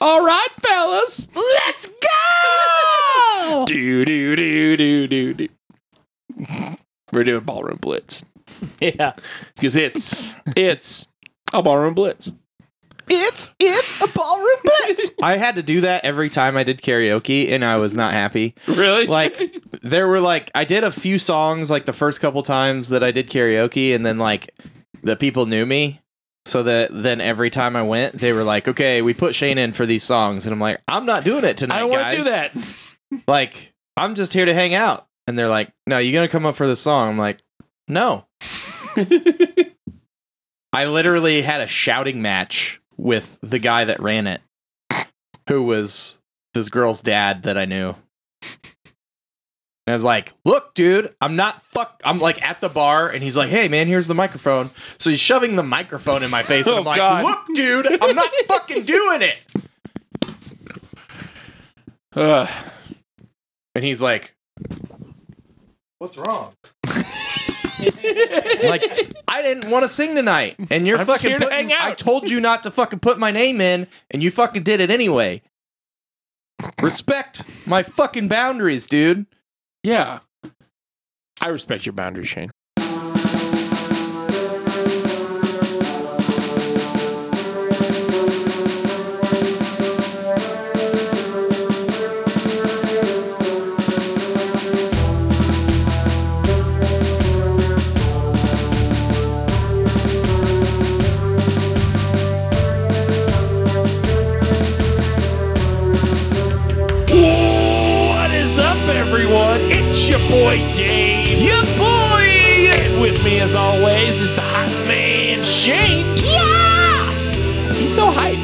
All right, fellas. Let's go! Do, do, do, do, do, do. We're doing ballroom blitz Yeah. because it's, it's a ballroom blitz. It's it's a ballroom blitz. I had to do that every time I did karaoke, and I was not happy. Really? Like there were like I did a few songs like the first couple times that I did karaoke, and then like the people knew me, so that then every time I went, they were like, "Okay, we put Shane in for these songs," and I'm like, "I'm not doing it tonight. I don't want to do guys. that. Like I'm just here to hang out." And they're like, "No, you're gonna come up for this song." I'm like, "No." I literally had a shouting match with the guy that ran it, who was this girl's dad that I knew. And I was like, "Look, dude, I'm not fuck. I'm like at the bar, and he's like, "Hey, man, here's the microphone." So he's shoving the microphone in my face, and Oh, I'm like, God. "Look, dude, I'm not fucking doing it." Ugh. And he's like, "What's wrong?" like, I didn't want to sing tonight, and you're I'm just fucking. here to putting- hang out. I told you not to fucking put my name in, and you fucking did it anyway. Respect my fucking boundaries, dude. yeah. I respect your boundaries, Shane. What is up, everyone? It's your boy Dave. Your boy! And with me, as always, is the hot man Shane. Yeah! He's so hype.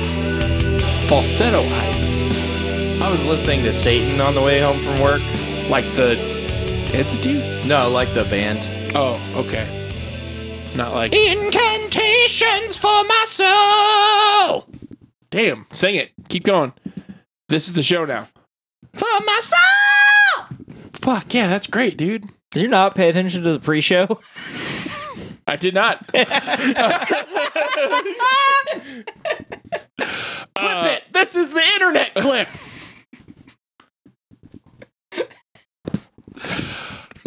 Falsetto hype. I was listening to Satan on the way home from work. Like the entity? No, like the band. Oh, okay. Not like. Incantations for my soul, Damn, sing it. Keep going. This is the show now. for my soul. Fuck, yeah, that's great, dude. Did you not pay attention to the pre-show? I did not. Uh, This is the internet clip.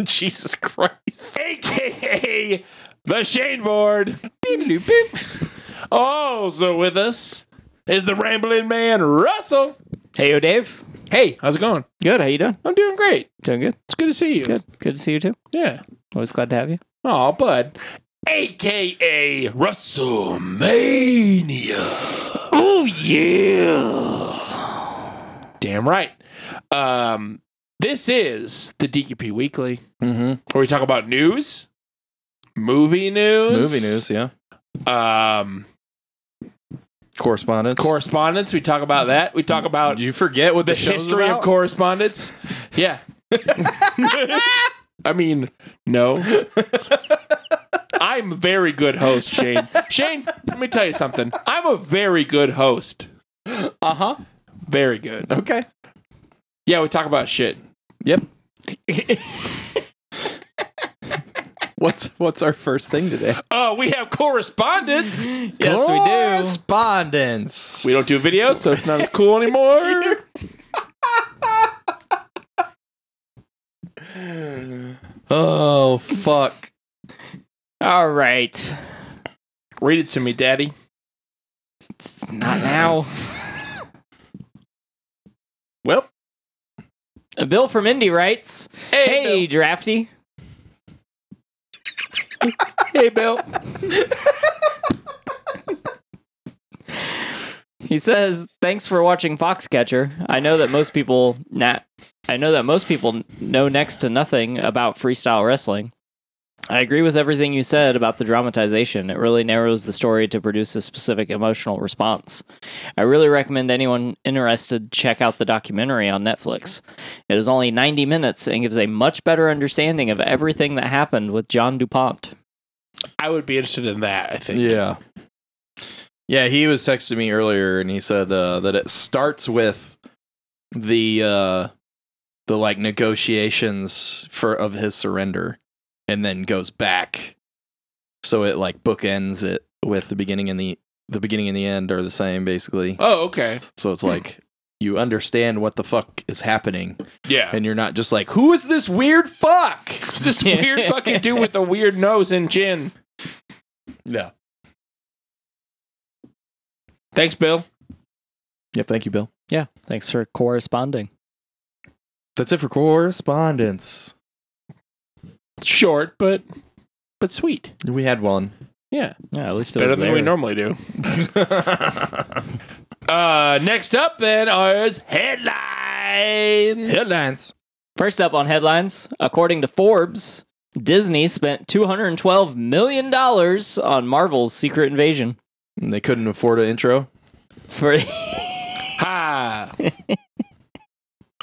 Jesus Christ. AKA the Shane Board. Beep-a-doop-boop. Also with us is the Rambling Man, Russell. Hey, yo, Dave. Hey, how's it going? Good. How you doing? I'm doing great. Doing good. It's good to see you. Good. Good to see you too. Yeah. Always glad to have you. Oh, bud. AKA WrestleMania. Oh yeah. Damn right. Um, this is the DQP Weekly, Mm-hmm. where we talk about news, movie news, Movie news, yeah. um, Correspondence. correspondence. We talk about that. We talk about Did you forget what the, the show's history about? of correspondence. Yeah. I mean, no. I'm a very good host, Shane. Shane, let me tell you something. I'm a very good host. Uh huh. Very good. Okay. Yeah, we talk about shit. Yep. what's what's our first thing today? Oh, we have correspondence. Yes, we do. Correspondence. We don't do videos, so it's not as cool anymore. Oh fuck. All right. Read it to me, Daddy. Not now. Well, A bill from Indy writes, "Hey, Drafty, hey, Bill. He says, "Thanks for watching Foxcatcher. I know that most people not I know that most people know next to nothing about freestyle wrestling. I agree with everything you said about the dramatization. It really narrows the story to produce a specific emotional response. I really recommend anyone interested check out the documentary on Netflix. It is only 90 minutes and gives a much better understanding of everything that happened with John DuPont. I would be interested in that. I think. Yeah. Yeah, he was texting me earlier and he said uh, that it starts with the uh, the like negotiations for of his surrender and then goes back. So it like bookends it with the beginning and the the beginning and the end are the same basically. Oh, okay. So it's like you understand what the fuck is happening, Yeah. and you're not just like, who is this weird fuck? It's this weird fucking dude with a weird nose and chin. No. Thanks, Bill. Yep. Thank you, Bill. Yeah. Thanks for corresponding. That's it for correspondence. Short, but but sweet. We had one. Yeah. Yeah, at least it Better was than we there. normally do. uh next up then is headlines. Headlines. First up on headlines, according to Forbes, Disney spent 212 million dollars on Marvel's Secret Invasion. And they couldn't afford an intro. For Ha. I,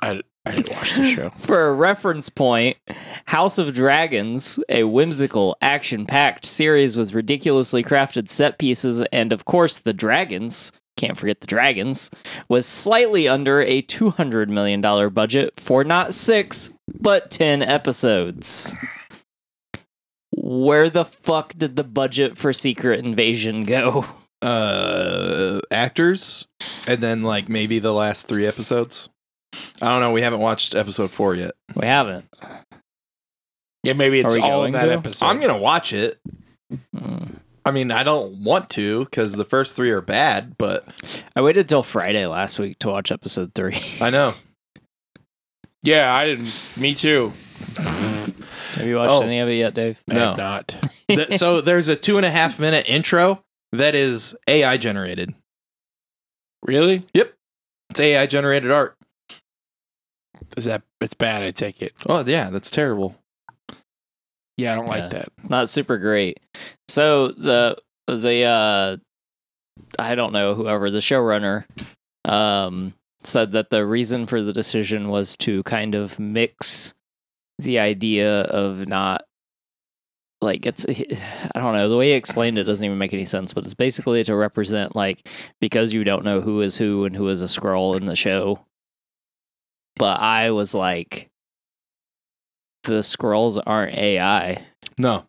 I didn't watch the show. for a reference point, House of Dragons, a whimsical, action-packed series with ridiculously crafted set pieces and of course the dragons, can't forget the dragons, was slightly under a 200 million dollar budget for not 6 but 10 episodes. Where the fuck did the budget for Secret Invasion go? Uh, actors, and then like maybe the last three episodes. I don't know. We haven't watched episode four yet. We haven't. Yeah, maybe it's Are we all in going that to? episode. I'm gonna watch it. Mm. I mean, I don't want to because the first three are bad, but I waited till Friday last week to watch episode 3. I know. yeah, I didn't. Me too. Have you watched Oh. any of it yet, Dave? I No. have not. Th- so there's a two and a half minute intro that is AI generated. Really? It's AI generated art. Is that? It's bad. I take it. Oh yeah, that's terrible. Yeah, I don't Yeah. like that. not super great. So the the uh I don't know whoever the showrunner um said that the reason for the decision was to kind of mix the idea of not like it's I don't know the way he explained it doesn't even make any sense but it's basically to represent like because you don't know who is who and who is a scroll in the show but I was like the scrolls aren't AI No,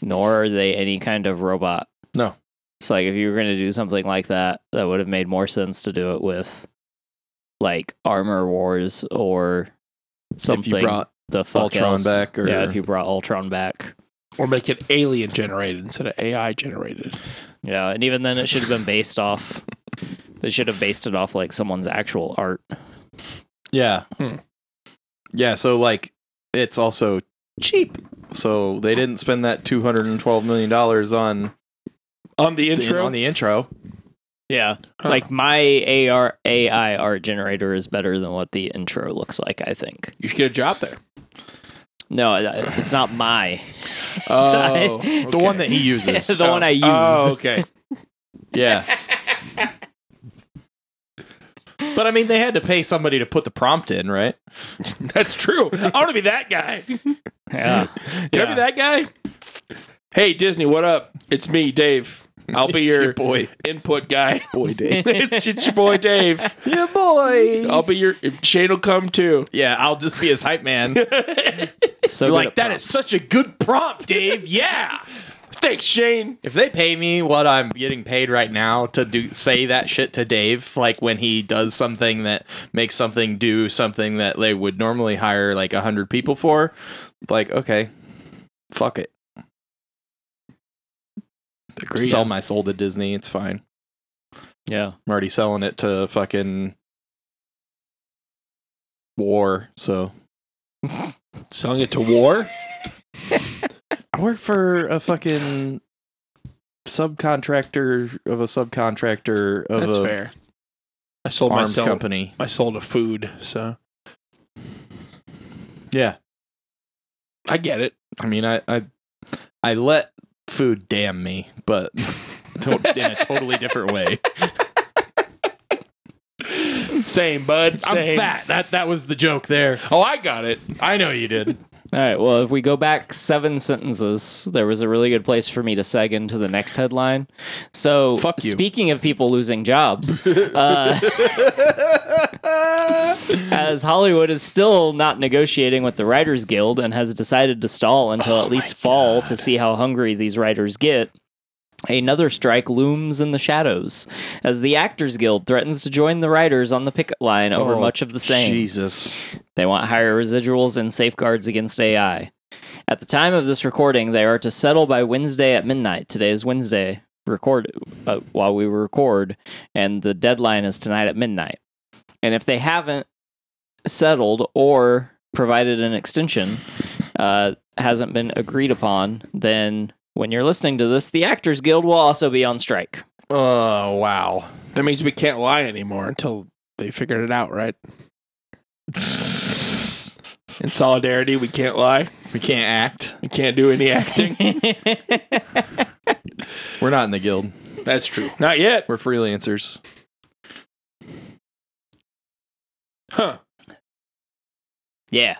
nor are they any kind of robot. No. So like if you were going to do something like that, that would have made more sense to do it with like Armor Wars or something. if you brought the fuck Ultron else. back or- yeah, if you brought Ultron back. Or make it alien generated instead of AI generated. Yeah, and even then it should have been based off. They should have based it off like someone's actual art. Yeah. Hmm. Yeah, so like it's also cheap. So they didn't spend that 212 million dollars on On the the- intro. on the intro. Yeah, Huh. like my AR AI art generator is better than what the intro looks like. I think. you should get a job there. No, it- it's not my. Oh, The The one that he uses. the one I use. Oh, okay. yeah. but I mean they had to pay somebody to put the prompt in, right? That's true. I want to be that guy. Can Yeah. I be that guy? Hey Disney, what up? It's me, Dave. I'll be It's your, boy. input guy. Boy Dave. it's, it's your boy Dave. yeah, boy. I'll be your Shane will come too. yeah, I'll just be his hype man. So Be good like at that is prompts. such a good prompt, Dave. Yeah. Thanks, Shane. If they pay me what I'm getting paid right now to do say that shit to Dave, like when he does something that makes something do something that they would normally hire like a hundred people for, like okay, fuck it, sell my soul to Disney. It's fine. yeah. I'm already selling it to fucking war. So Selling it to war? I work for a fucking subcontractor of a subcontractor of That's a fair. I sold arms myself. company. I sold a food, so Yeah. I get it. I mean, I, I I let food damn me, but to- in a totally different way. Same, bud. Same. I'm fat. That that was the joke there. Oh, I got it. I know you did. All right. Well, if we go back seven sentences, there was a really good place for me to seg into the next headline. So, Fuck you. speaking of people losing jobs, uh, as Hollywood is still not negotiating with the Writers Oh Guild and has decided to stall until at least fall to see how hungry these writers get, Another strike looms in the shadows as the Actors Guild threatens to join the writers on the picket line over Oh, much of the same. Jesus. They want higher residuals and safeguards against AI. At the time of this recording, they are to settle by Wednesday at midnight. Today is Wednesday. Record uh, while we record, and the deadline is tonight at midnight. And if they haven't settled or provided an extension, uh, hasn't been agreed upon, then when you're listening to this, the Actors Guild will also be on strike. Oh wow. That means we can't lie anymore until they figured it out, right? In solidarity, we can't lie. We can't act. We can't do any acting. We're not in the guild. That's true. Not yet. We're freelancers. Huh. yeah,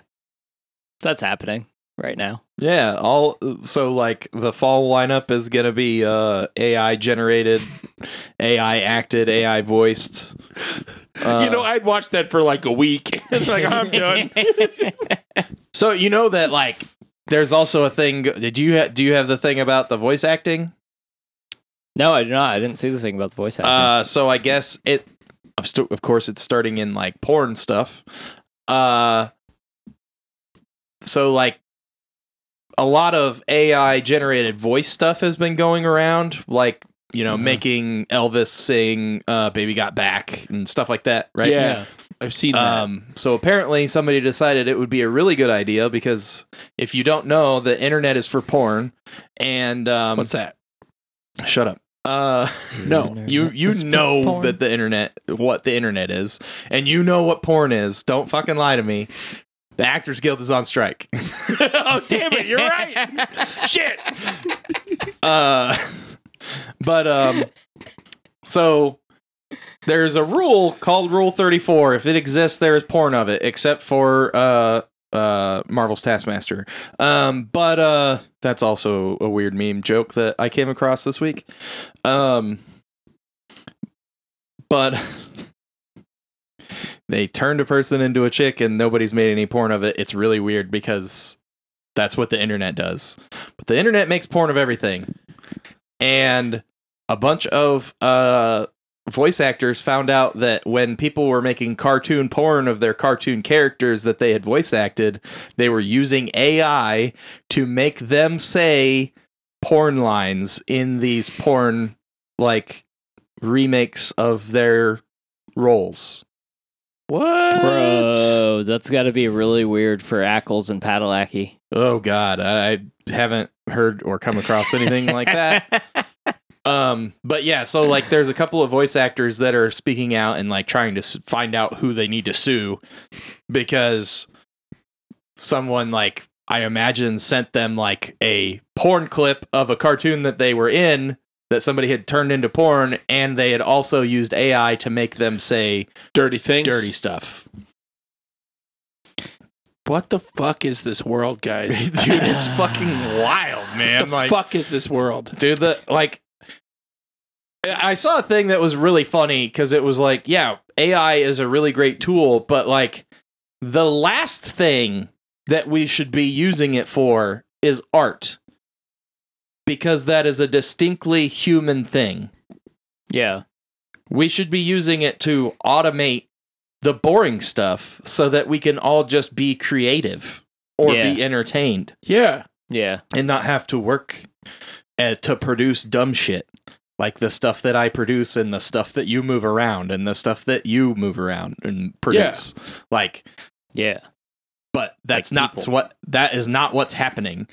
that's happening right now. Yeah, all so like the fall lineup is gonna be uh AI generated, AI acted, AI voiced. Uh, you know, I'd watch that for like a week. it's like, I'm done. so you know that like there's also a thing. Did you ha- do you have the thing about the voice acting? No, I do not. I didn't see the thing about the voice acting. Uh, so I guess it. Of, st- of course, it's starting in like porn stuff. Uh, so like a lot of AI generated voice stuff has been going around, like you know, Mhm. making Elvis sing uh, "Baby Got Back" and stuff like that, right? Yeah. I've seen that. Um, so apparently somebody decided it would be a really good idea because if you don't know, the internet is for porn. And um, What's that? Shut up. Uh, no, Internet you you is for know porn. that the internet what the internet is, and you know what porn is. Don't fucking lie to me. The Actors Guild is on strike. oh, damn it. You're right. Shit. Uh, but um, so there's a rule called Rule Thirty Four. If it exists, there is porn of it, except for uh uh Marvel's Taskmaster. Um, but uh, that's also a weird meme joke that I came across this week. Um, but. They turned a person into a chick and nobody's made any porn of it. It's really weird because that's what the internet does. But the internet makes porn of everything. And a bunch of uh, voice actors found out that when people were making cartoon porn of their cartoon characters that they had voice acted, they were using AI to make them say porn lines in these porn like remakes of their roles. What? Bro, that's got to be really weird for Ackles and Padalecki. Oh God, I I haven't heard or come across anything like that. Um, but yeah, so like there's a couple of voice actors that are speaking out and like trying to s- find out who they need to sue because someone like I imagine sent them like a porn clip of a cartoon that they were in that somebody had turned into porn and they had also used AI to make them say Dirty things. dirty stuff. What the fuck is this world, guys? Dude, it's fucking wild, man. What the like fuck is this world? dude the like i I saw a thing that was really funny because it was like yeah ai is a really great tool but like the last thing that we should be using it for is art because that is a distinctly human thing yeah. we should be using it to automate the boring stuff so that we can all just be creative or Yeah. be entertained Yeah. Yeah. and not have to work uh, to produce dumb shit like the stuff that I produce and the stuff that you move around and the stuff that you move around and produce. Like, Yeah. but that's Like not people. what that is not what's happening.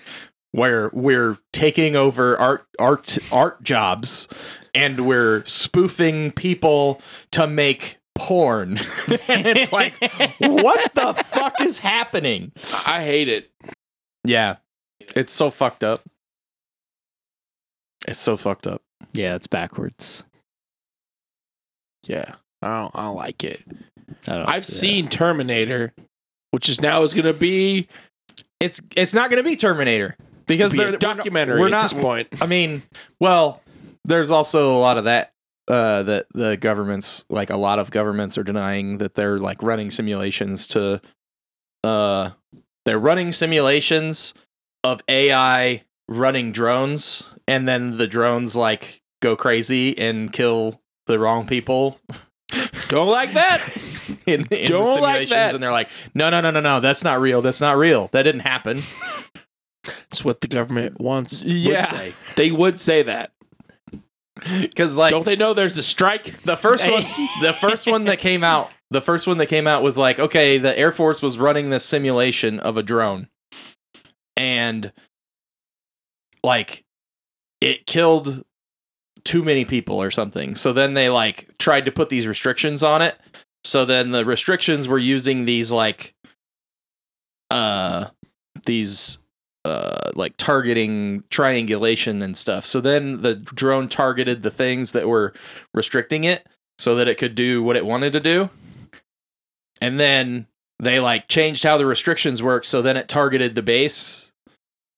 Where we're taking over art art art jobs and we're spoofing people to make porn. and it's like what the fuck is happening? I hate it. Yeah. It's so fucked up. It's so fucked up. Yeah, it's backwards. Yeah. I don't, I don't like it. I don't, I've Oh, yeah. seen Terminator, which is now is going to be It's it's not going to be Terminator because be a they're documentary We're not, at this point. I mean, well, there's also a lot of that uh that the governments like a lot of governments are denying that they're like running simulations to uh they're running simulations of AI running drones, and then the drones like go crazy and kill the wrong people Don't like that. in, in the Don't simulations, like that. and they're like, "No, no, no, no, no, that's not real. That's not real. That didn't happen." It's what the government wants. would Yeah. say. they would say that. Because like Don't they know there's a strike? the first one, the first one that came out, the first one that came out was like, okay, the Air Force was running this simulation of a drone, and like it killed too many people or something. So then they like tried to put these restrictions on it. So then the restrictions were using these like uh these uh like targeting triangulation and stuff. So then the drone targeted the things that were restricting it so that it could do what it wanted to do. And then they like changed how the restrictions work so then it targeted the base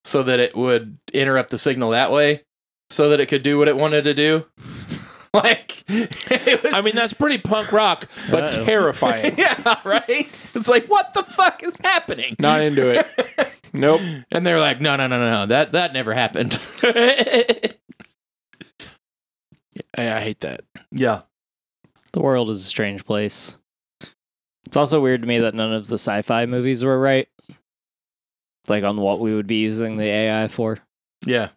so that it would interrupt the signal that way so that it could do what it wanted to do. like it was I mean, that's pretty punk rock, but Uh-oh. terrifying. yeah, right? It's like what the fuck is happening? Not into it. Nope. And they're like, no, no, no, no, no, that that never happened. I, I hate that. yeah, The world is a strange place. It's also weird to me that none of the sci-fi movies were right. Like on what we would be using the AI for. yeah.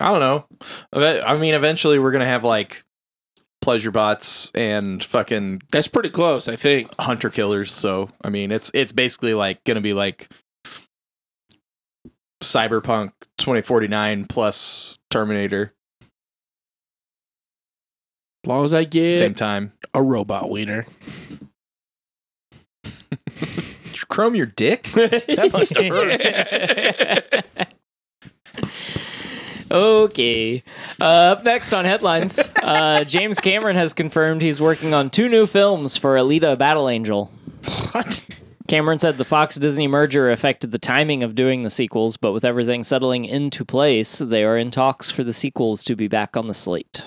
I don't know. But, I mean, eventually we're gonna have like pleasure bots and fucking That's pretty close, I think. hunter killers. So I mean, it's it's basically like gonna be like cyberpunk 2049 plus terminator As long as I get same time a robot wiener. Did you chrome your dick that must have hurt Okay. Uh, up next on headlines, uh, James Cameron has confirmed he's working on two new films for Alita: Battle Angel. what Cameron said the Fox Disney merger affected the timing of doing the sequels, but with everything settling into place, they are in talks for the sequels to be back on the slate.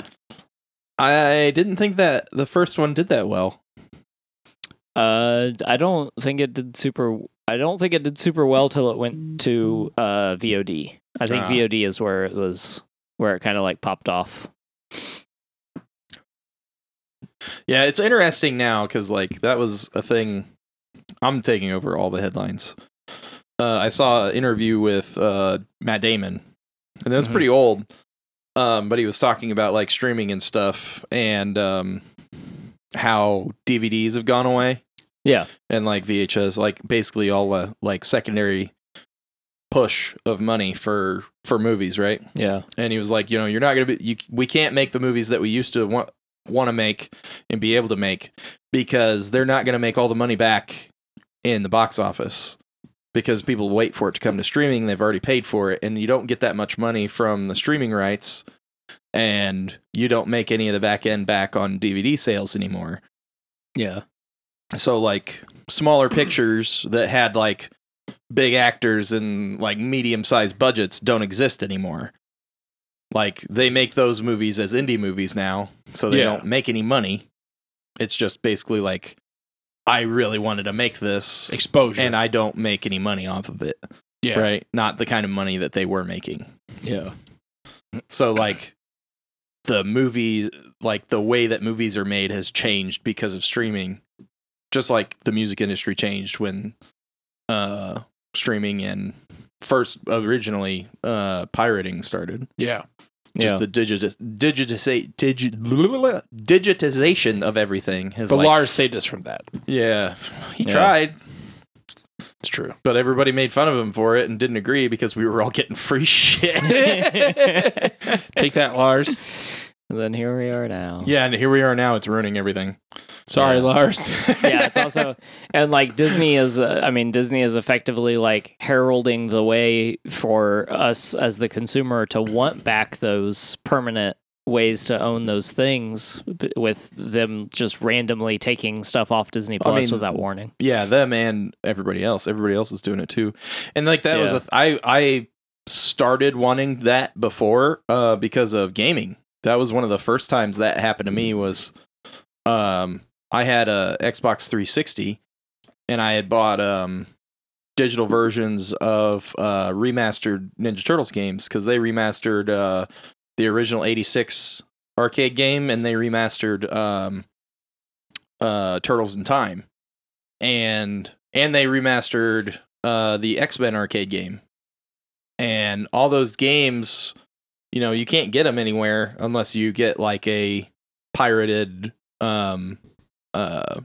i didn't think that the first one did that well Uh, I don't think it did super. I don't think it did super well till it went to uh, VOD. I think Ah. VOD is where it was, where it kind of like popped off. Yeah, it's interesting now because like that was a thing. I'm taking over all the headlines. Uh, I saw an interview with uh, Matt Damon, and that's Mhm. pretty old. Um, but he was talking about like streaming and stuff, and um, how DVDs have gone away. Yeah. and like VHS, like basically all the like secondary push of money for for movies, right? Yeah. and he was like, you know, you're not gonna be, you, we can't make the movies that we used to want want to make and be able to make because they're not gonna make all the money back in the box office because people wait for it to come to streaming. They've already paid for it, and you don't get that much money from the streaming rights, and you don't make any of the back end back on DVD sales anymore Yeah. so like smaller pictures that had like big actors and like medium sized budgets don't exist anymore like they make those movies as indie movies now so they Yeah. don't make any money it's just basically like i really wanted to make this Exposure. and i don't make any money off of it yeah. right not the kind of money that they were making Yeah. so like the movies like the way that movies are made has changed because of streaming. Just like the music industry changed when uh streaming and first originally uh pirating started. Yeah. Just yeah. the digit digitisa- digi- digitization of everything has But like, Lars saved us from that. Yeah. He Yeah. tried, It's true. but everybody made fun of him for it and didn't agree because we were all getting free shit. Take that, Lars. And then here we are now. yeah, and here we are now it's ruining everything. Sorry, Lars. yeah, it's also and like Disney is. Uh, I mean, Disney is effectively like heralding the way for us as the consumer to want back those permanent ways to own those things, b- with them just randomly taking stuff off Disney Plus mean, without warning. yeah them and everybody else everybody else is doing it too and like that was Yeah. a th- i i started wanting that before uh because of gaming that was one of the first times that happened to me was um i had a xbox 360 and i had bought um digital versions of uh, remastered Ninja Turtles games because they remastered uh, the original '86 arcade game and they remastered um, uh, Turtles in Time, and and they remastered uh, the X Men arcade game, and all those games, you know, you can't get them anywhere unless you get like a pirated um uh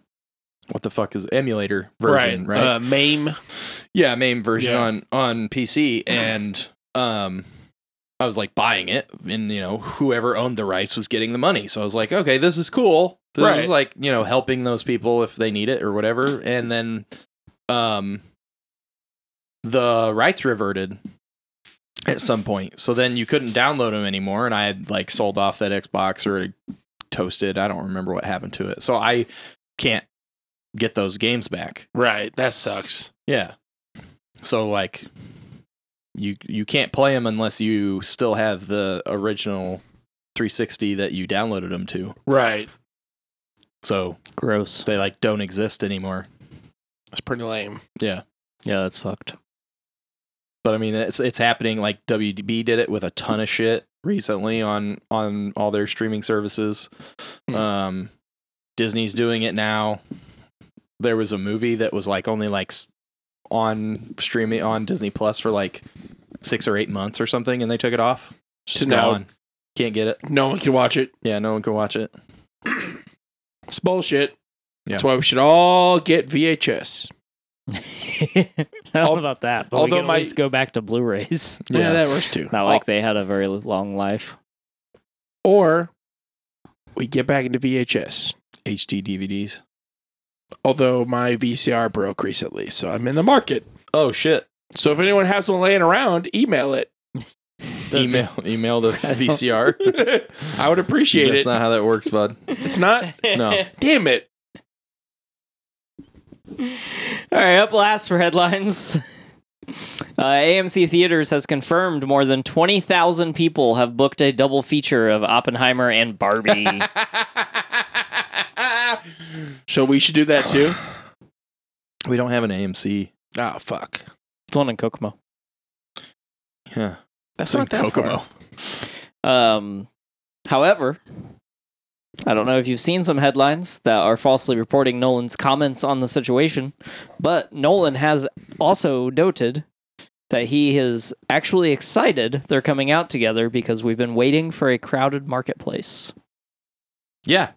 what the fuck is emulator version right, Uh, MAME. yeah mame version Yeah. on on pc and um i was like buying it and you know whoever owned the rights was getting the money so i was like okay this is cool this Right. is like you know helping those people if they need it or whatever and then um the rights reverted at some point so then you couldn't download them anymore and i had like sold off that xbox or it toasted i don't remember what happened to it so i can't get those games back Right. That sucks. yeah. So like you you can't play them unless you still have the original 360 that you downloaded them to. Right. So Gross. they like don't exist anymore. That's pretty lame. Yeah, that's fucked. But I mean it's it's happening like WDB did it with a ton of shit recently on on all their streaming services. Hmm. Um Disney's doing it now. There was a movie that was like only like s- on streaming on Disney Plus for like 6 or 8 months or something and they took it off. It's To just now- gone. Can't get it. No one can watch it. Yeah, no one can watch it. It's bullshit. That's Yeah. why we should all get VHS. I don't know Al- about that, but although we can my- at least go back to Blu-rays. Yeah, Yeah. that works too. Not like they had a very long life. or we get back into VHS. HD DVDs. Although my VCR broke recently, so I'm in the market. Oh shit. So if anyone has one laying around, email it. Email email the VCR. I would appreciate That's it. not how that works, bud. it's not. No. Damn it. All right, up last for headlines. Uh, AMC Theaters has confirmed more than 20,000 people have booked a double feature of Oppenheimer and Barbie. So we should do that too. We don't have an AMC. Oh fuck. It's one in Kokomo. Yeah. That's in not that Kokomo. far. Um, however, I don't know if you've seen some headlines that are falsely reporting Nolan's comments on the situation, but Nolan has also noted that he is actually excited they're coming out together because we've been waiting for a crowded marketplace. Yeah.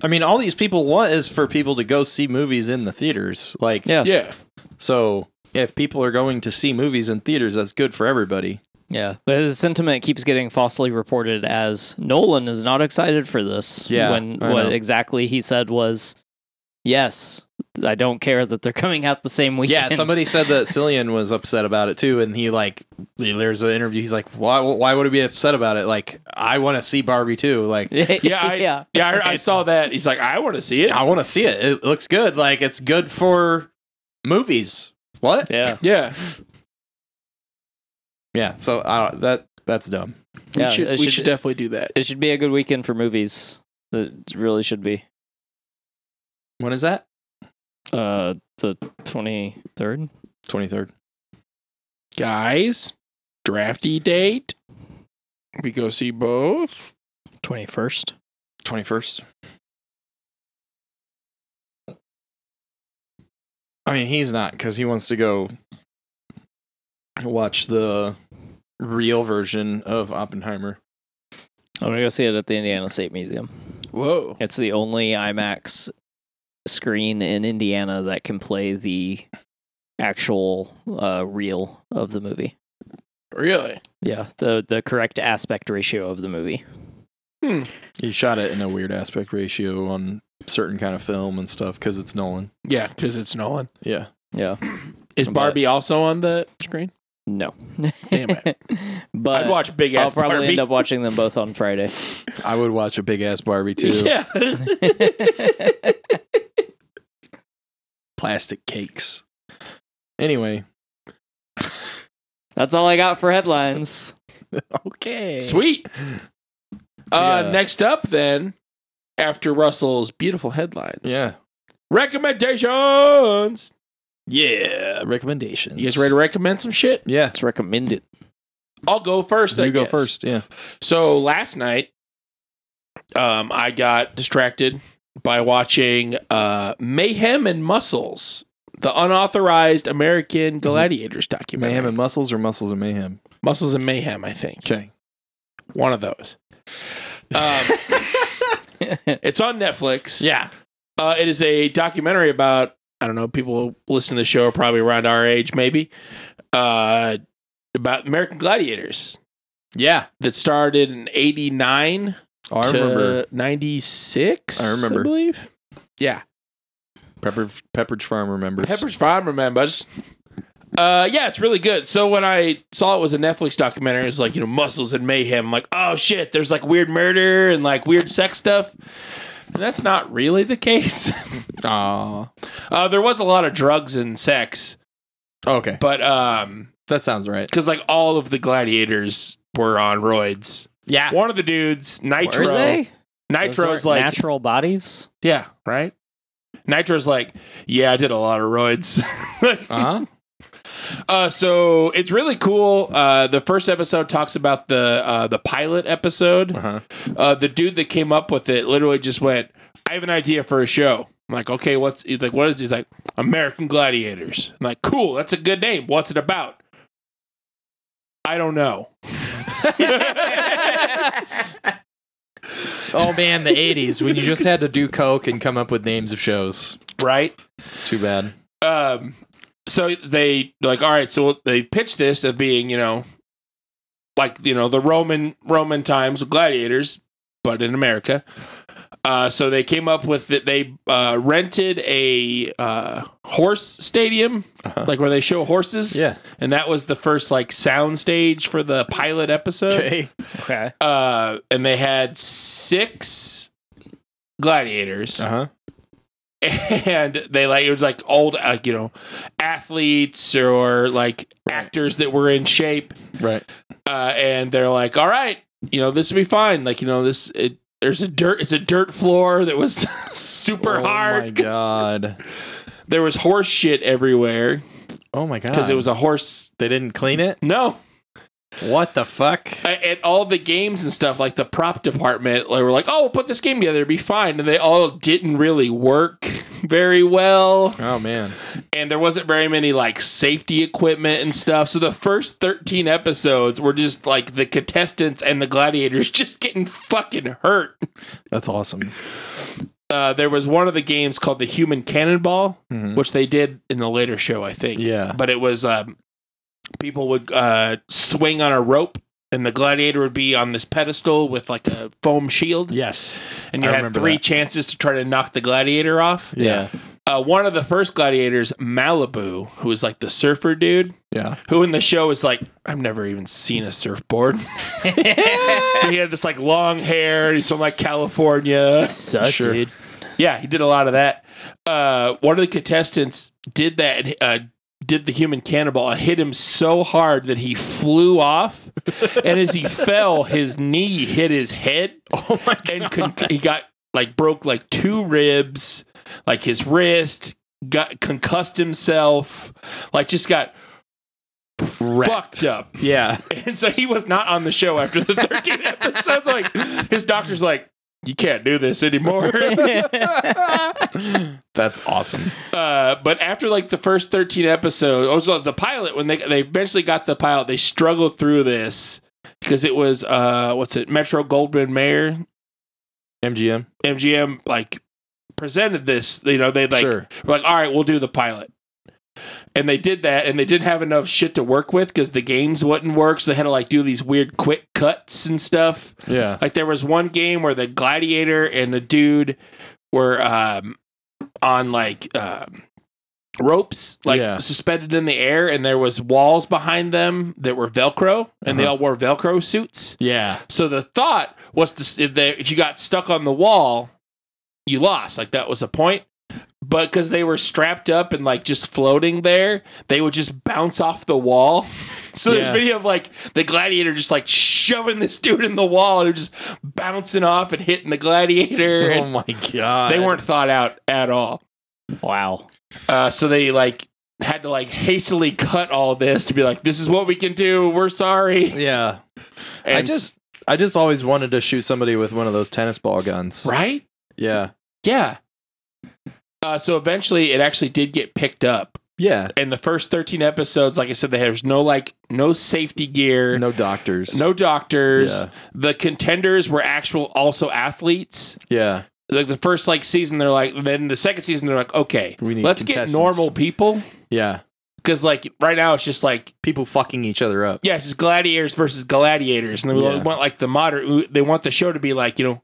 I mean, all these people want is for people to go see movies in the theaters. Like, Yeah. Yeah. so if people are going to see movies in theaters, that's good for everybody. Yeah, but the sentiment keeps getting falsely reported as Nolan is not excited for this. Yeah, when I what know. exactly he said was, "Yes, I don't care that they're coming out the same Yeah, weekend." somebody said that Cillian was upset about it too, and he like there's an interview. He's like, why? Why would he be upset about it? Like, I want to see Barbie too. Like, Yeah. I, yeah. yeah. I, I saw that. He's like, I want to see it. I want to see it. It looks good. Like, it's good for movies. What? Yeah. Yeah. Yeah. So I don't, that that's dumb. Yeah, we should, it we should- should, definitely do that. It should be a good weekend for movies. It really should be. When is that? Uh, the twenty third. Twenty third. Guys, drafty date. We go see both. Twenty first. Twenty first. I mean, he's not because he wants to go watch the real version of Oppenheimer. I'm gonna go see it at the Indiana State Museum. Whoa. It's the only IMAX screen in Indiana that can play the actual uh, reel of the movie. Really? Yeah, the the correct aspect ratio of the movie. Hmm. He shot it in a weird aspect ratio on certain kind of film and stuff because it's Nolan. Yeah, because it's Nolan. Yeah. Yeah, Is But- Barbie also on the screen? no. Damn it. but I'd watch Big I'll Ass probably Barbie. end up watching them both on Friday. I would watch a big ass Barbie too. yeah. Plastic cakes. Anyway. That's all I got for headlines. Okay. Sweet. Uh, Yeah. Next up, then, after Russell's beautiful headlines. Yeah. Recommendations. Yeah, Uh, recommendations. You guys ready to recommend some shit? Yeah. Let's recommend it. I'll go first. I you go guess. first. Yeah. So last night, um, I got distracted by watching uh, Mayhem and Muscles, the unauthorized American Gladiators documentary. Mm-hmm. Mayhem and muscles or muscles and mayhem. Muscles and Mayhem, I think. Okay. One of those. Um, it's on Netflix. Yeah. Uh, it is a documentary about, I don't know, people listening to the show are probably around our age, maybe, uh, about American Gladiators Yeah. that started in 89. Oh, I remember 96. I remember. I believe. Yeah. Pepper, Pepperidge Farm remembers. Pepper's Farm remembers. Uh, yeah, it's really good. So when I saw it was a Netflix documentary, it was like, you know, muscles and mayhem. I'm like, oh shit, there's like weird murder and like weird sex stuff. And that's not really the case. Aw. uh, there was a lot of drugs and sex, Oh, Okay. but um, That sounds right. because like all of the gladiators were on roids. Yeah. One of the dudes, Nitro, Ah. Were they? Those Nitro's aren't like natural bodies. Yeah, right. Nitro's like, yeah, I did a lot of roids. Uh huh. uh, so it's really cool. Uh, the first episode talks about the uh, the pilot Uh episode. huh. Uh, the dude that came up with it literally just went, "I have an idea for a show." I'm like, okay, what's he's like? What is he's like? American Gladiators. I'm like, cool, that's a good name. What's it about? I don't know. Oh man, the '80s when you just had to do coke and come up with names of shows. right? It's too bad. um so they like all right so they pitch this as being you know like you know the roman roman times with gladiators but in america uh so they came up with it they uh rented a uh horse stadium Uh-huh. like where they show horses Yeah. and that was the first like sound stage for the pilot episode Okay. Okay. uh and they had six gladiators Uh huh. and they like it was like old like you know athletes or like actors that were in shape Right. uh, and they're like all right you know this will be fine like you know this it, there's a dirt it's a dirt floor that was super oh hard my 'cause god. there was horse shit everywhere Oh my god. because it was a horse They didn't clean it. no What the fuck? A- at all the games and stuff like the prop department they were like oh we'll put this game together it'll be fine and they all didn't really work very well Oh man. and there wasn't very many like safety equipment and stuff. So the first 13 episodes were just like the contestants and the gladiators just getting fucking hurt. That's awesome. Uh, there was one of the games called the Human Cannonball, Mhm. which they did in the later show, I think. Yeah. But it was um, people would uh, swing on a rope. And the gladiator would be on this pedestal with like a foam shield, Yes. and you I had remember three that. chances to try to knock the gladiator off. Yeah. Uh, one of the first gladiators, Malibu, who was like the surfer dude, Yeah. who in the show is like, I've never even seen a surfboard. he had this like long hair. He's from like California. Suck, Sure. dude. Yeah, he did a lot of that. Uh, one of the contestants did that. Uh, did the human cannonball and hit him so hard that he flew off, and as he fell, his knee hit his head, Oh my and con- he got like broke like two ribs, like his wrist, got concussed himself, like just got fucked up. Yeah. And so he was not on the show after the 13 episodes. Like his doctor's like, you can't do this anymore. That's awesome. uh, but after like the first 13 episodes, also the pilot, when they they eventually got the pilot, they struggled through this because it was uh, what's it, Metro Goldwyn Mayer, MGM. MGM, like presented this. You know, they like were like, all right, we'll do the pilot. And they did that, and they didn't have enough shit to work with because the games wouldn't work. So they had to like do these weird quick cuts and stuff. Yeah. Like there was one game where the gladiator and the dude were um, on like um, ropes, like Yeah. suspended in the air, and there was walls behind them that were Velcro, and they Uh-huh. all wore Velcro suits. Yeah. So the thought was to s- if, they, if you got stuck on the wall, you lost. Like that was the point. But because they were strapped up and like just floating there, they would just bounce off the wall. So there's Yeah. video of like the gladiator just like shoving this dude in the wall and just bouncing off and hitting the gladiator. Oh And my god. they weren't thought out at all. Wow. Uh, so they like had to like hastily cut all this to be like, this is what we can do. We're sorry. Yeah. And I just I just always wanted to shoot somebody with one of those tennis ball guns. right. Yeah. Yeah. Uh, so eventually, it actually did get picked up. Yeah. And the first thirteen episodes, like I said, there was no like no safety gear, no, No doctors. doctors. Yeah. The contenders were actual also athletes. Yeah. Like the first like season, they're like. Then the second season, they're like, okay, We need let's get contestants. normal people Yeah. because like right now it's just like People fucking each other up. yes, it's gladiators versus gladiators, and they Yeah. want like the modern. They want the show to be like you know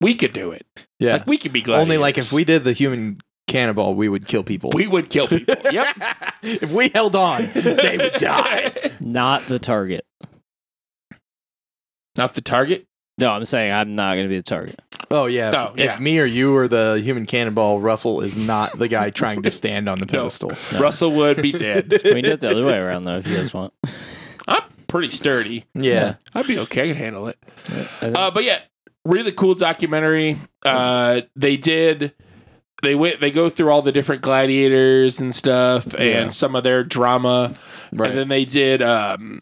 we could do it. Yeah. Like we could be gladiators. Only like if we did the human cannonball, we would kill people. we would kill people. yep. if we held on, they would die. Not the target. Not the target. No, I'm saying I'm not going to be the target. Oh yeah. If, Oh, yeah. if me or you or the human cannonball, Russell is not the guy trying to stand on the pedestal. No. Russell would be dead. We can do it the other way around, though, if you guys want. I'm pretty sturdy. Yeah. I'd be okay. I can handle it. I think- Uh, but yeah, really cool documentary. Uh, they did. They went. They go through all the different gladiators and stuff, and Yeah. some of their drama. Right. And then they did, um,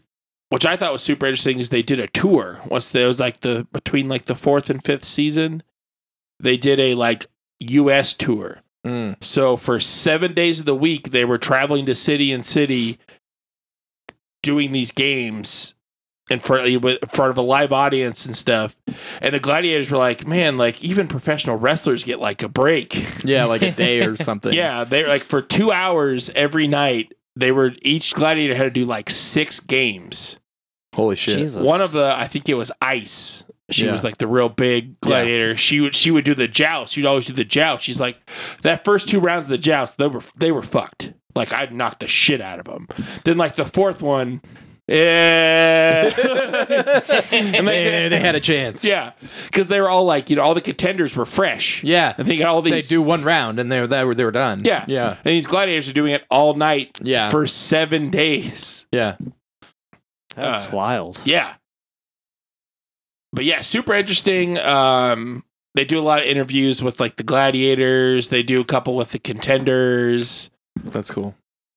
which I thought was super interesting, is they did a tour. Once there was like the between like the fourth and fifth season, they did a like U.S. tour. Mm. So for seven days of the week, they were traveling to city and city, doing these games in front of, in front of a live audience and stuff. And the gladiators were like, "Man, like even professional wrestlers get like a break." Yeah, like a day or something. Yeah, they were like for two hours every night. They were each gladiator had to do like six games. Holy shit. Jesus. One of the, I think it was Ice. She Yeah. was like the real big gladiator. She would she would do the joust. She'd always do the joust. She's like that first two rounds of the joust. They were they were fucked. Like I'd knock the shit out of them. Then like the fourth one, yeah, And they- they, they had a chance. yeah, because they were all like you know all the contenders were fresh. Yeah. I think all these They do one round and they were they were, they were done. Yeah. Yeah. and these gladiators are doing it all night Yeah. for seven days. yeah. That's uh, wild. Yeah. But yeah, super interesting. Um, they do a lot of interviews with like the gladiators. They do a couple with the contenders. That's cool.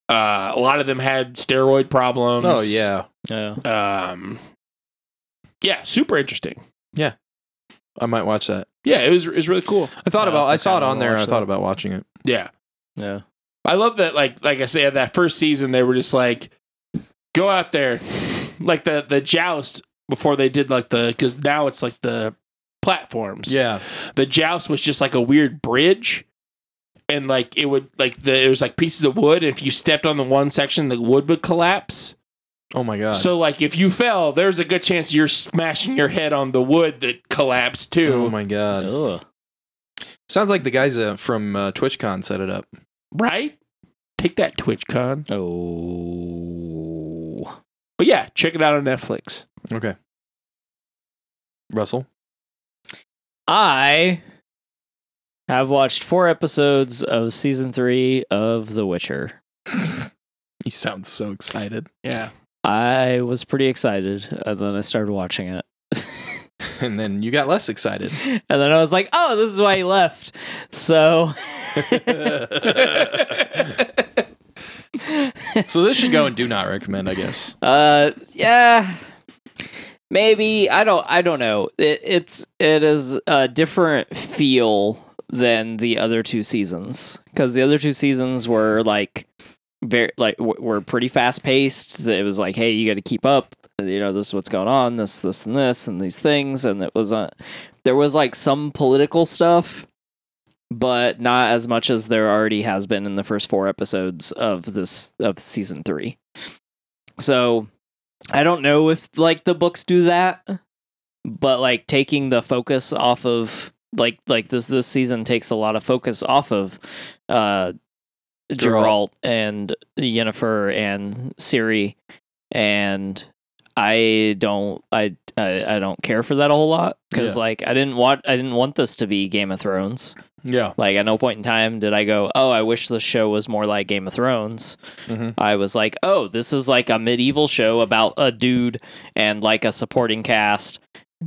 Uh, a lot of them had steroid problems. Oh yeah. Yeah. Um, yeah, super interesting. I might watch that. Yeah, it was it was really cool. I thought I about also I saw it kinda on wanna there. and I watch thought that. about watching it. Yeah, Yeah. I love that. Like like I said, that first season they were just like, go out there, like the the joust before they did like the because now it's like the platforms. Yeah. the joust was just like a weird bridge and like it would like the it was like pieces of wood and if you stepped on the one section the wood would collapse Oh my god. so like if you fell there's a good chance you're smashing your head on the wood that collapsed too Oh my god. Ugh. Sounds like the guys uh, from uh, TwitchCon set it up. right take that twitchcon Oh. but yeah check it out on netflix Okay. Russell. I have watched four episodes of season three of The Witcher. You sound so excited. yeah I was pretty excited, and then I started watching it. And then you got less excited. and then I was like, oh, this is why he left. So. Hmm. so this should go and do not recommend, I guess. Uh, yeah, maybe I don't. I don't know. It, it's it is a different feel than the other two seasons because the other two seasons were like very like w- were pretty fast paced. It was like, hey, you got to keep up. You know, this is what's going on. This, this, and this, and these things. And it was uh, there was like some political stuff. But not as much as there already has been in the first four episodes of this of season three. So I don't know if like the books do that, but like taking the focus off of like like this this season takes a lot of focus off of uh Geralt. Geralt and Yennefer and Ciri and I don't I I, I don't care for that a whole lot cuz Yeah. like I didn't want I didn't want this to be Game of Thrones. Yeah. Like at no point in time did I go, "Oh, I wish the show was more like Game of Thrones." Mhm. I was like, oh, this is like a medieval show about a dude and like a supporting cast.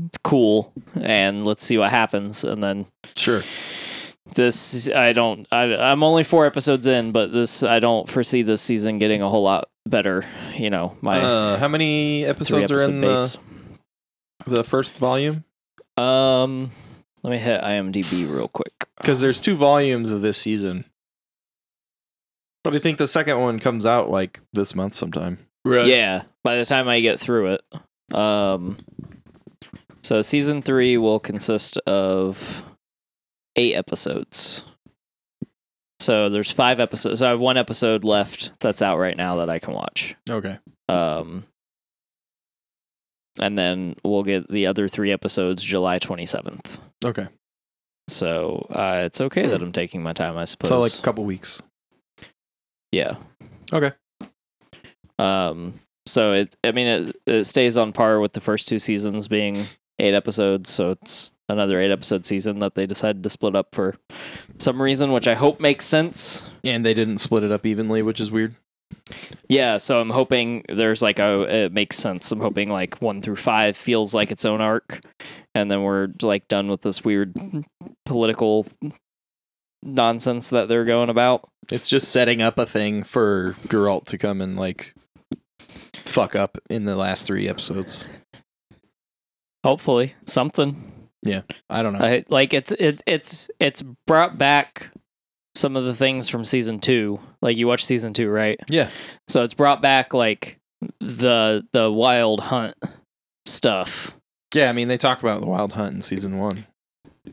It's cool. And let's see what happens. And then Sure. This I don't. I, I'm only four episodes in, but this I don't foresee this season getting a whole lot better. You know, my Uh, how many three episodes are episode in the, base. the first volume? Um, let me hit IMDb real quick. Because there's two volumes of this season. But I think the second one comes out like this month sometime. Right. Yeah, by the time I get through it. Um so season 3 will consist of 8 episodes. So there's 5 episodes. So I have one episode left that's out right now that I can watch. Okay. Um and then we'll get the other 3 episodes July 27th. Okay. So uh, it's okay that I'm taking my time, I suppose. Hmm. So like a couple weeks. Yeah. Okay. Um. So it. I mean, it it stays on par with the first two seasons being eight episodes. So it's another eight episode season that they decided to split up for some reason, which I hope makes sense. And they didn't split it up evenly, which is weird. Yeah. So I'm hoping there's like a it makes sense. I'm hoping like one through five feels like its own arc, and then we're like done with this weird political nonsense that they're going about. It's just setting up a thing for Geralt to come and like fuck up in the last three episodes. Hopefully, something. I don't know. I, Uh, like it's it, it's it's brought back some of the things from season two. Like you watched season two, right? Yeah. So it's brought back like the the wild hunt stuff. yeah, I mean they talk about the Wild Hunt in season one.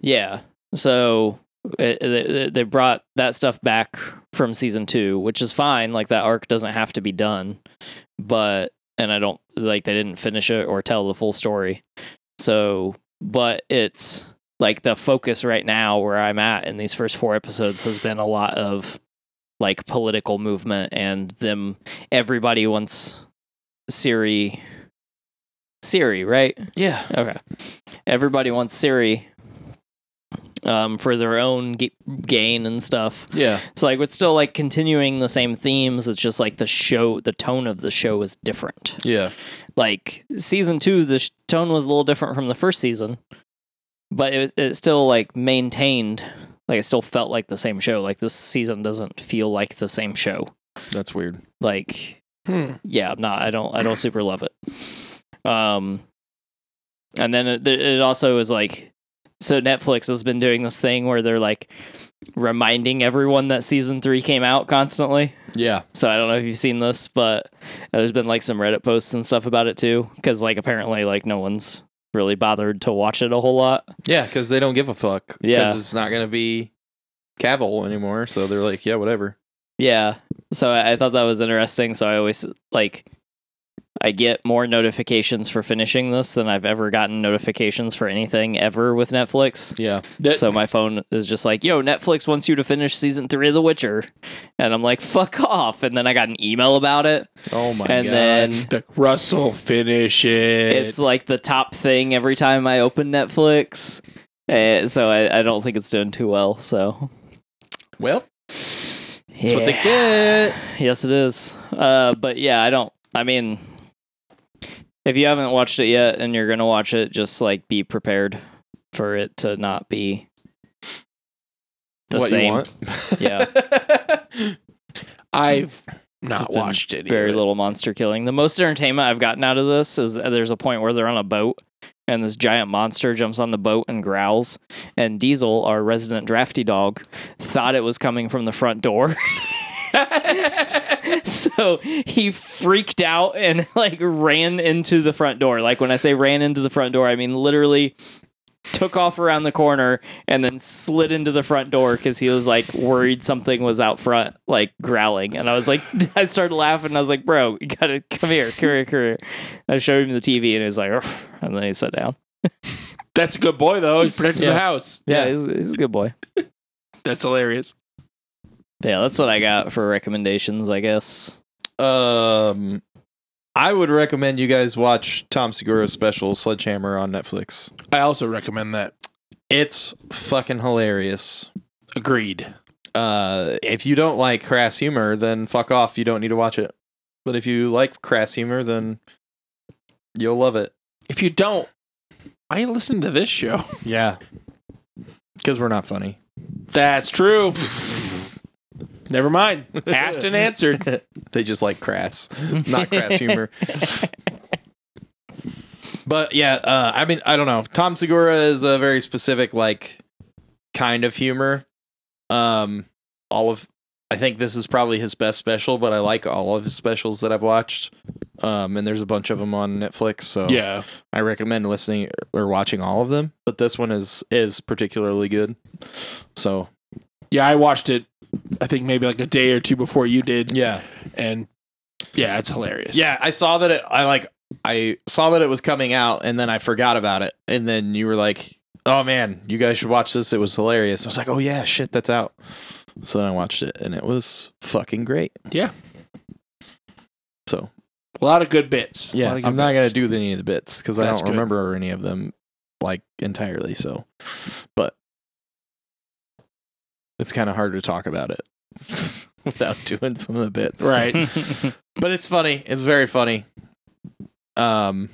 Yeah. So it, it- it- they brought that stuff back from season two, which is fine. Like that arc doesn't have to be done, but and I don't like they didn't finish it or tell the full story. So, but it's like the focus right now where I'm at in these first four episodes has been a lot of like political movement and them. Everybody wants Siri. Siri, right? Yeah. Okay. Everybody wants Siri um, for their own g- gain and stuff. Yeah. It's like it's still like continuing the same themes. It's just like the show, the tone of the show is different. Yeah. Like season two, the sh- tone was a little different from the first season, but it was it still like maintained. Like it still felt like the same show. Like this season doesn't feel like the same show. That's weird. Like Hmm. yeah, I'm not. I don't. I don't super love it. Um, and then it, it also is like, so Netflix has been doing this thing where they're like reminding everyone that season three came out constantly. Yeah. So I don't know if you've seen this, but there's been like some Reddit posts and stuff about it too, because like apparently like no one's really bothered to watch it a whole lot. Yeah, because they don't give a fuck. Yeah. Because it's not going to be Cavill anymore. So they're like, yeah, whatever. Yeah. So I I thought that was interesting. So I always like I get more notifications for finishing this than I've ever gotten notifications for anything ever with Netflix. Yeah. That- So my phone is just like, "Yo, Netflix wants you to finish season 3 of The Witcher." And I'm like, "Fuck off." And then I got an email about it. Oh my and God. then The Russell finish it. it's like the top thing every time I open Netflix. Uh, so I, I don't think it's doing too well. So well, That's what they get. Yes, it is. Uh, but yeah, I don't. I mean, if you haven't watched it yet and you're gonna watch it, just like be prepared for it to not be the what same. you want. Yeah. I've not It's been watched it. Very either. little monster killing. The most entertainment I've gotten out of this is that there's a point where they're on a boat and this giant monster jumps on the boat and growls. And Diesel, our resident drafty dog, thought it was coming from the front door. so he freaked out and like ran into the front door. Like when I say ran into the front door, I mean literally took off around the corner and then slid into the front door because he was like worried something was out front, like growling. And I was like, I started laughing. And I was like, bro, you gotta come here, come here, come here. I showed him the TV and he was like, "Urgh," and then he sat down. That's a good boy though. He's protecting Yeah. the house. Yeah, he's, he's a good boy. That's hilarious. But yeah, that's what I got for recommendations, I guess. um, I would recommend you guys watch Tom Segura's special Sledgehammer on Netflix. I also recommend that. It's fucking hilarious. Agreed. Uh, if you don't like crass humor, then fuck off. You don't need to watch it. But if you like crass humor, then you'll love it. If you don't, why you listen to this show? Yeah. Because we're not funny. That's true. Never mind. Asked and answered. They just like crass, not crass humor. But yeah, uh, I mean, I don't know. Tom Segura is a very specific, like, kind of humor. Um, all of, I think this is probably his best special, but I like all of his specials that I've watched. Um, and there's a bunch of them on Netflix, so Yeah. I recommend listening or watching all of them. But this one is is particularly good. So Yeah, I watched it I think maybe like a day or two before you did. yeah, And yeah, it's hilarious. Yeah, I saw that it I like I saw that it was coming out and then I forgot about it. And then you were like, "Oh man, you guys should watch this. It was hilarious." I was like, "Oh yeah, shit, that's out." So then I watched it and it was fucking great. Yeah. So, A lot of good bits. A yeah, lot of good I'm not going bits. to do any of the bits cuz I That's don't good. remember any of them like entirely, so but it's kind of hard to talk about it without doing some of the bits. so- Right. but it's funny. It's very funny. Um,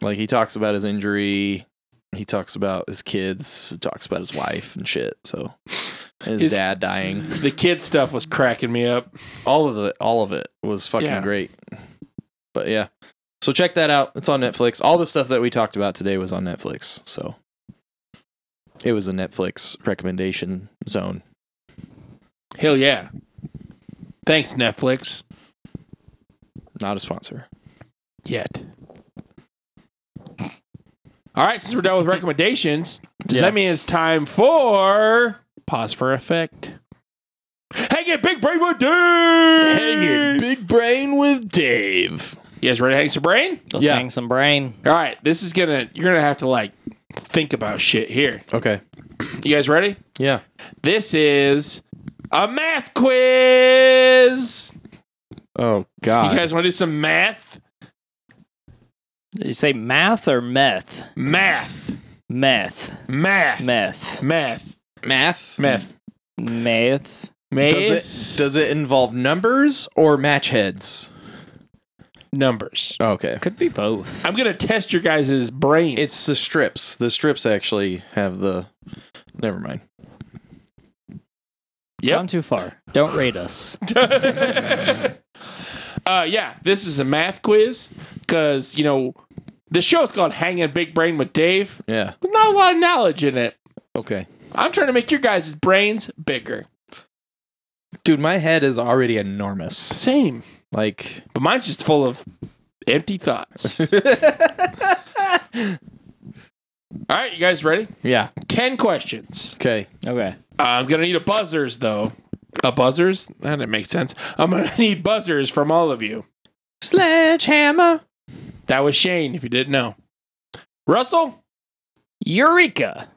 like he talks about his injury. He talks about his kids. He talks about his wife and shit. So and his Is- dad dying. The kid stuff was cracking me up. All of the all of it was fucking Yeah. great. But yeah, so check that out. It's on Netflix. All the stuff that we talked about today was on Netflix. So it was a Netflix recommendation zone. Hell yeah. Thanks, Netflix. Not a sponsor. Yet. All right, since we're done with recommendations, does Yeah. that mean it's time for pause for effect? Hang it, big brain with Dave. Hang big brain with Dave. You guys ready to hang some brain? Let's Yeah. hang some brain. All right, this is gonna. You're gonna have to like think about shit here. Okay. You guys ready? Yeah. This is a math quiz. Oh God. You guys want to do some math? Did you say math or meth? Math. Meth. Math. Meth. Math. math Math. Meth. does Math. it does it involve numbers or match heads Numbers. Oh, okay Could be both. I'm gonna test your guys' brain. it's the strips the strips actually have the never mind Yep. Gone too far. Don't rate us. uh, yeah, this is a math quiz because you know the show's called "Hanging Big Brain with Dave." yeah There's not a lot of knowledge in it. okay I'm trying to make your guys' brains bigger. dude my head is already enormous Same, like but mine's just full of empty thoughts. All right, you guys ready? yeah Ten questions. okay Okay. I'm gonna need a buzzers though. A buzzers? That didn't make sense. I'm gonna need buzzers from all of you. sledgehammer That was Shane, if you didn't know. Russell, Eureka.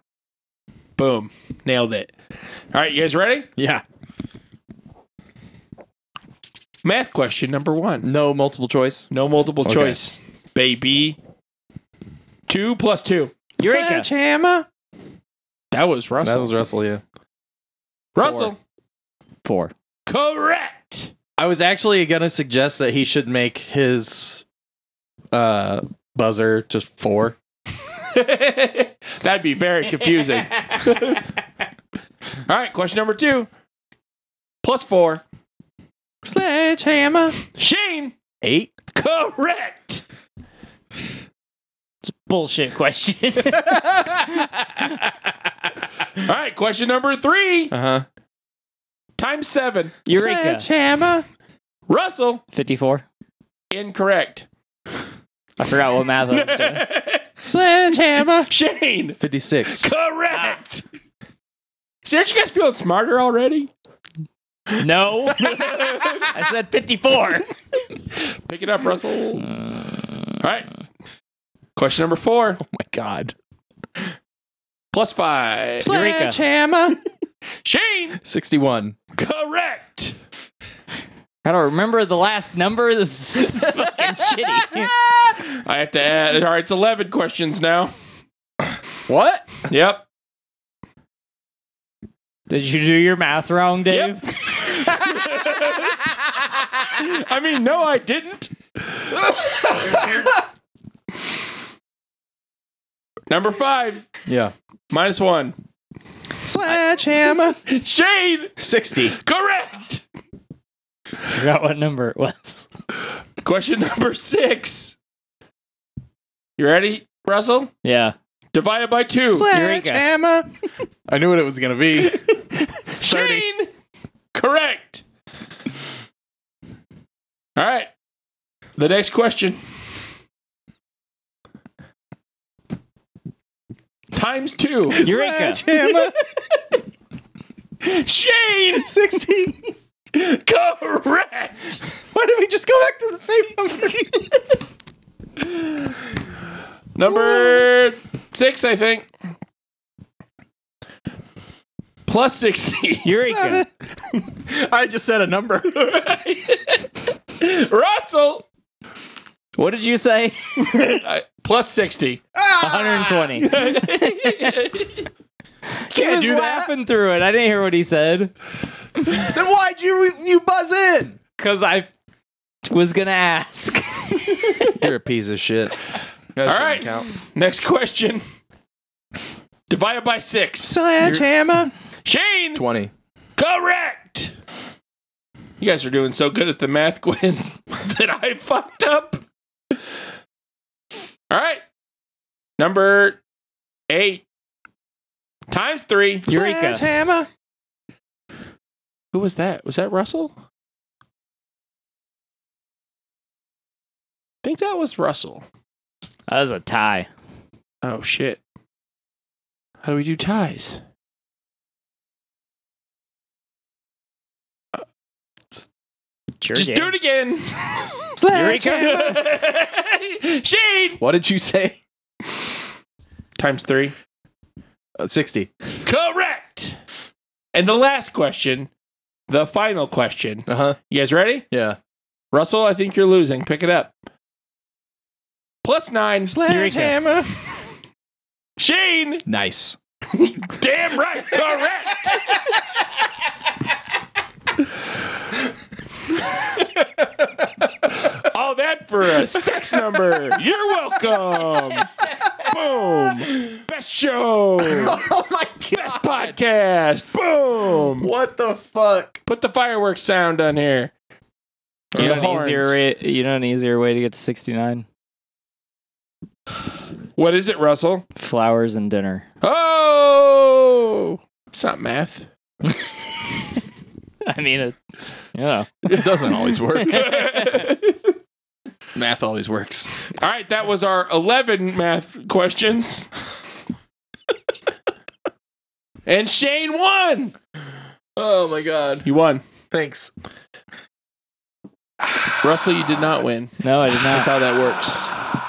boom, nailed it. All right, you guys ready? yeah Math question number one. no multiple choice No multiple Okay. choice, baby. Two plus two. Eureka. sledgehammer That was Russell. that was russell yeah Russell. Four. Correct. i was actually gonna suggest that he should make his uh buzzer just four That'd be very confusing. All right, question number two. Plus four. sledgehammer Shane. eight Correct. Bullshit question. All right, question number three. uh-huh Times seven. Eureka. Sledgehammer. Russell. 54. Incorrect. I forgot what math I was doing. Sledgehammer. Shane. 56. Correct. Ah. See, aren't you guys feeling smarter already? No. I said 54. Pick it up, Russell. Mm. All right. Question number four. Oh my god. Plus five. Eureka. Shane. 61. Correct. I don't remember the last number. This is fucking shitty. I have to add. All right, it's 11 questions now. What? Yep. Did you do your math wrong, Dave? I mean, no, I didn't. Number five, Yeah. minus one. Sledgehammer. Shane, 60. correct. I forgot what number it was. Question number six. You ready, Russell? Yeah. Divided by two. Sledgehammer. I knew what it was going to be. Shane. Correct. All right. The next question. Times two. Eureka. Sledgehammer. Shane. 60. Correct. Why did we just go back to the same number? Number six, I think. Plus 60. Eureka. I just said a number. Russell. What did you say? Uh, plus 60. Ah! 120. Can't was do that. laughing through it. I didn't hear what he said Then why'd you you buzz in? because I was gonna ask. You're a piece of shit. All right. Next question. Divided by six. Sledgehammer. Shane. 20. Correct. You guys are doing so good at the math quiz that I fucked up. All right. Number eight. Times three. Eureka. Sledgehammer. Who was that? Was that Russell? I think that was Russell. That was a tie. Oh shit. How do we do ties? Sure Just do it again. Sledgehammer. Shane. What did you say? Times three. Uh, 60. Correct. And the last question, the final question. Uh huh. You guys ready? Yeah. Russell, I think you're losing. Pick it up. Plus nine. Sledgehammer. Shane. Nice. Damn right. Correct. All that for a sex number. You're welcome. Boom. Best show. Oh my Best podcast. Boom. What the fuck? Put the fireworks sound on here. You The know, an easier horns. way, you know an easier way to get to 69? What is it, Russell? Flowers and dinner. Oh, it's not math. I mean, it, yeah. It doesn't always work. All Math always works. right, that was our 11 math questions. and Shane won. Oh my god. You won. Thanks. Russell, you did not win. No, I did That's how not. that works.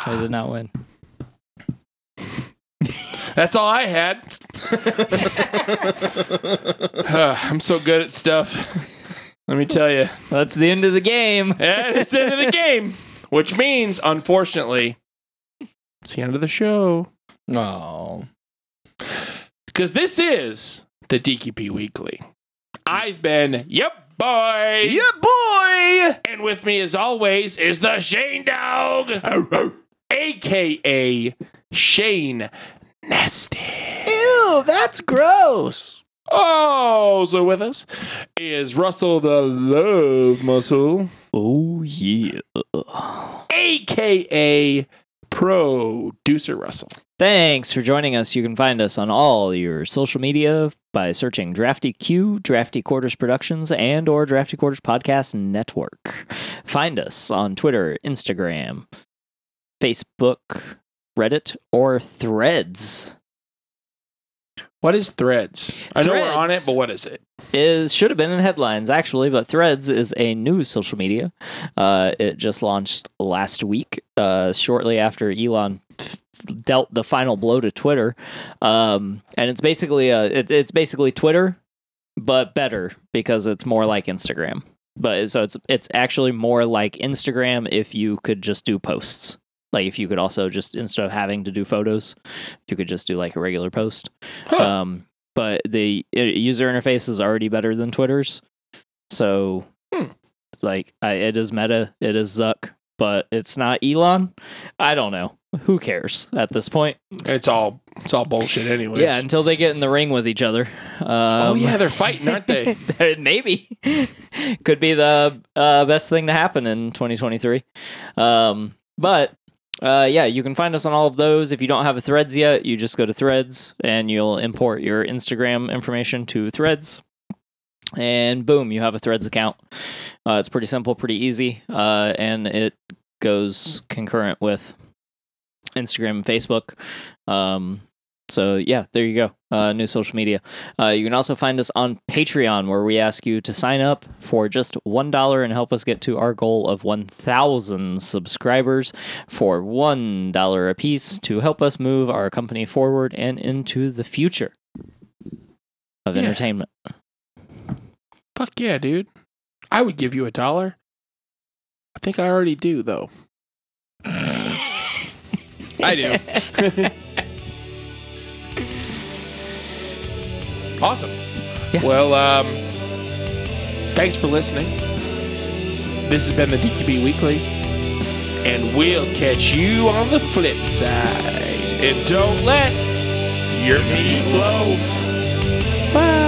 I did not win. That's all I had. Uh, I'm so good at stuff. Let me tell you. That's the end of the game. And it's the end of the game, which means, unfortunately, it's the end of the show. Oh. Because this is the DQP Weekly. I've been, yep, boy. Yeah, boy. And with me, as always, is the Shane Dog, aka Shane Nasty. Ew, that's gross. Also Oh, with us is Russell the Love Muscle, Oh, yeah. aka Producer Russell. Thanks for joining us. You can find us on all your social media by searching Drafty Q, Drafty Quarters Productions, and or Drafty Quarters Podcast Network. Find us on Twitter, Instagram, Facebook, Reddit, or Threads. What is Threads? I know we're on it, Threads. but what is it? Is should have been in headlines actually, but Threads is a new social media. Uh, it just launched last week, uh, shortly after Elon dealt the final blow to Twitter, um, and it's basically uh it, it's basically Twitter, but better because it's more like Instagram. But so it's it's actually more like Instagram if you could just do posts. Like if you could also just instead of having to do photos, you could just do like a regular post. Huh. Um, but the uh, user interface is already better than Twitter's, so Hmm. like I, it is Meta, it is Zuck, but it's not Elon. I don't know. who cares at this point? It's all it's all bullshit anyway. Yeah, until they get in the ring with each other. Um, oh yeah, they're fighting, aren't they? Maybe could be the uh, best thing to happen in 2023. Um, but uh, yeah, you can find us on all of those. If you don't have a Threads yet, you just go to Threads and you'll import your Instagram information to Threads. And boom, you have a Threads account. Uh, it's pretty simple, pretty easy, uh, and it goes concurrent with Instagram and Facebook. Um, so yeah, there you go. Uh, new social media. Uh, you can also find us on Patreon, where we ask you to sign up for just one dollar and help us get to our goal of one thousand subscribers for one dollar a piece to help us move our company forward and into the future of Yeah. entertainment. Fuck yeah, dude. I would give you a dollar. I think I already do though. I do. awesome. Yeah. Well, um, thanks for listening. This has been the DQB Weekly, and we'll catch you on the flip side. And don't let your meatloaf. Bye.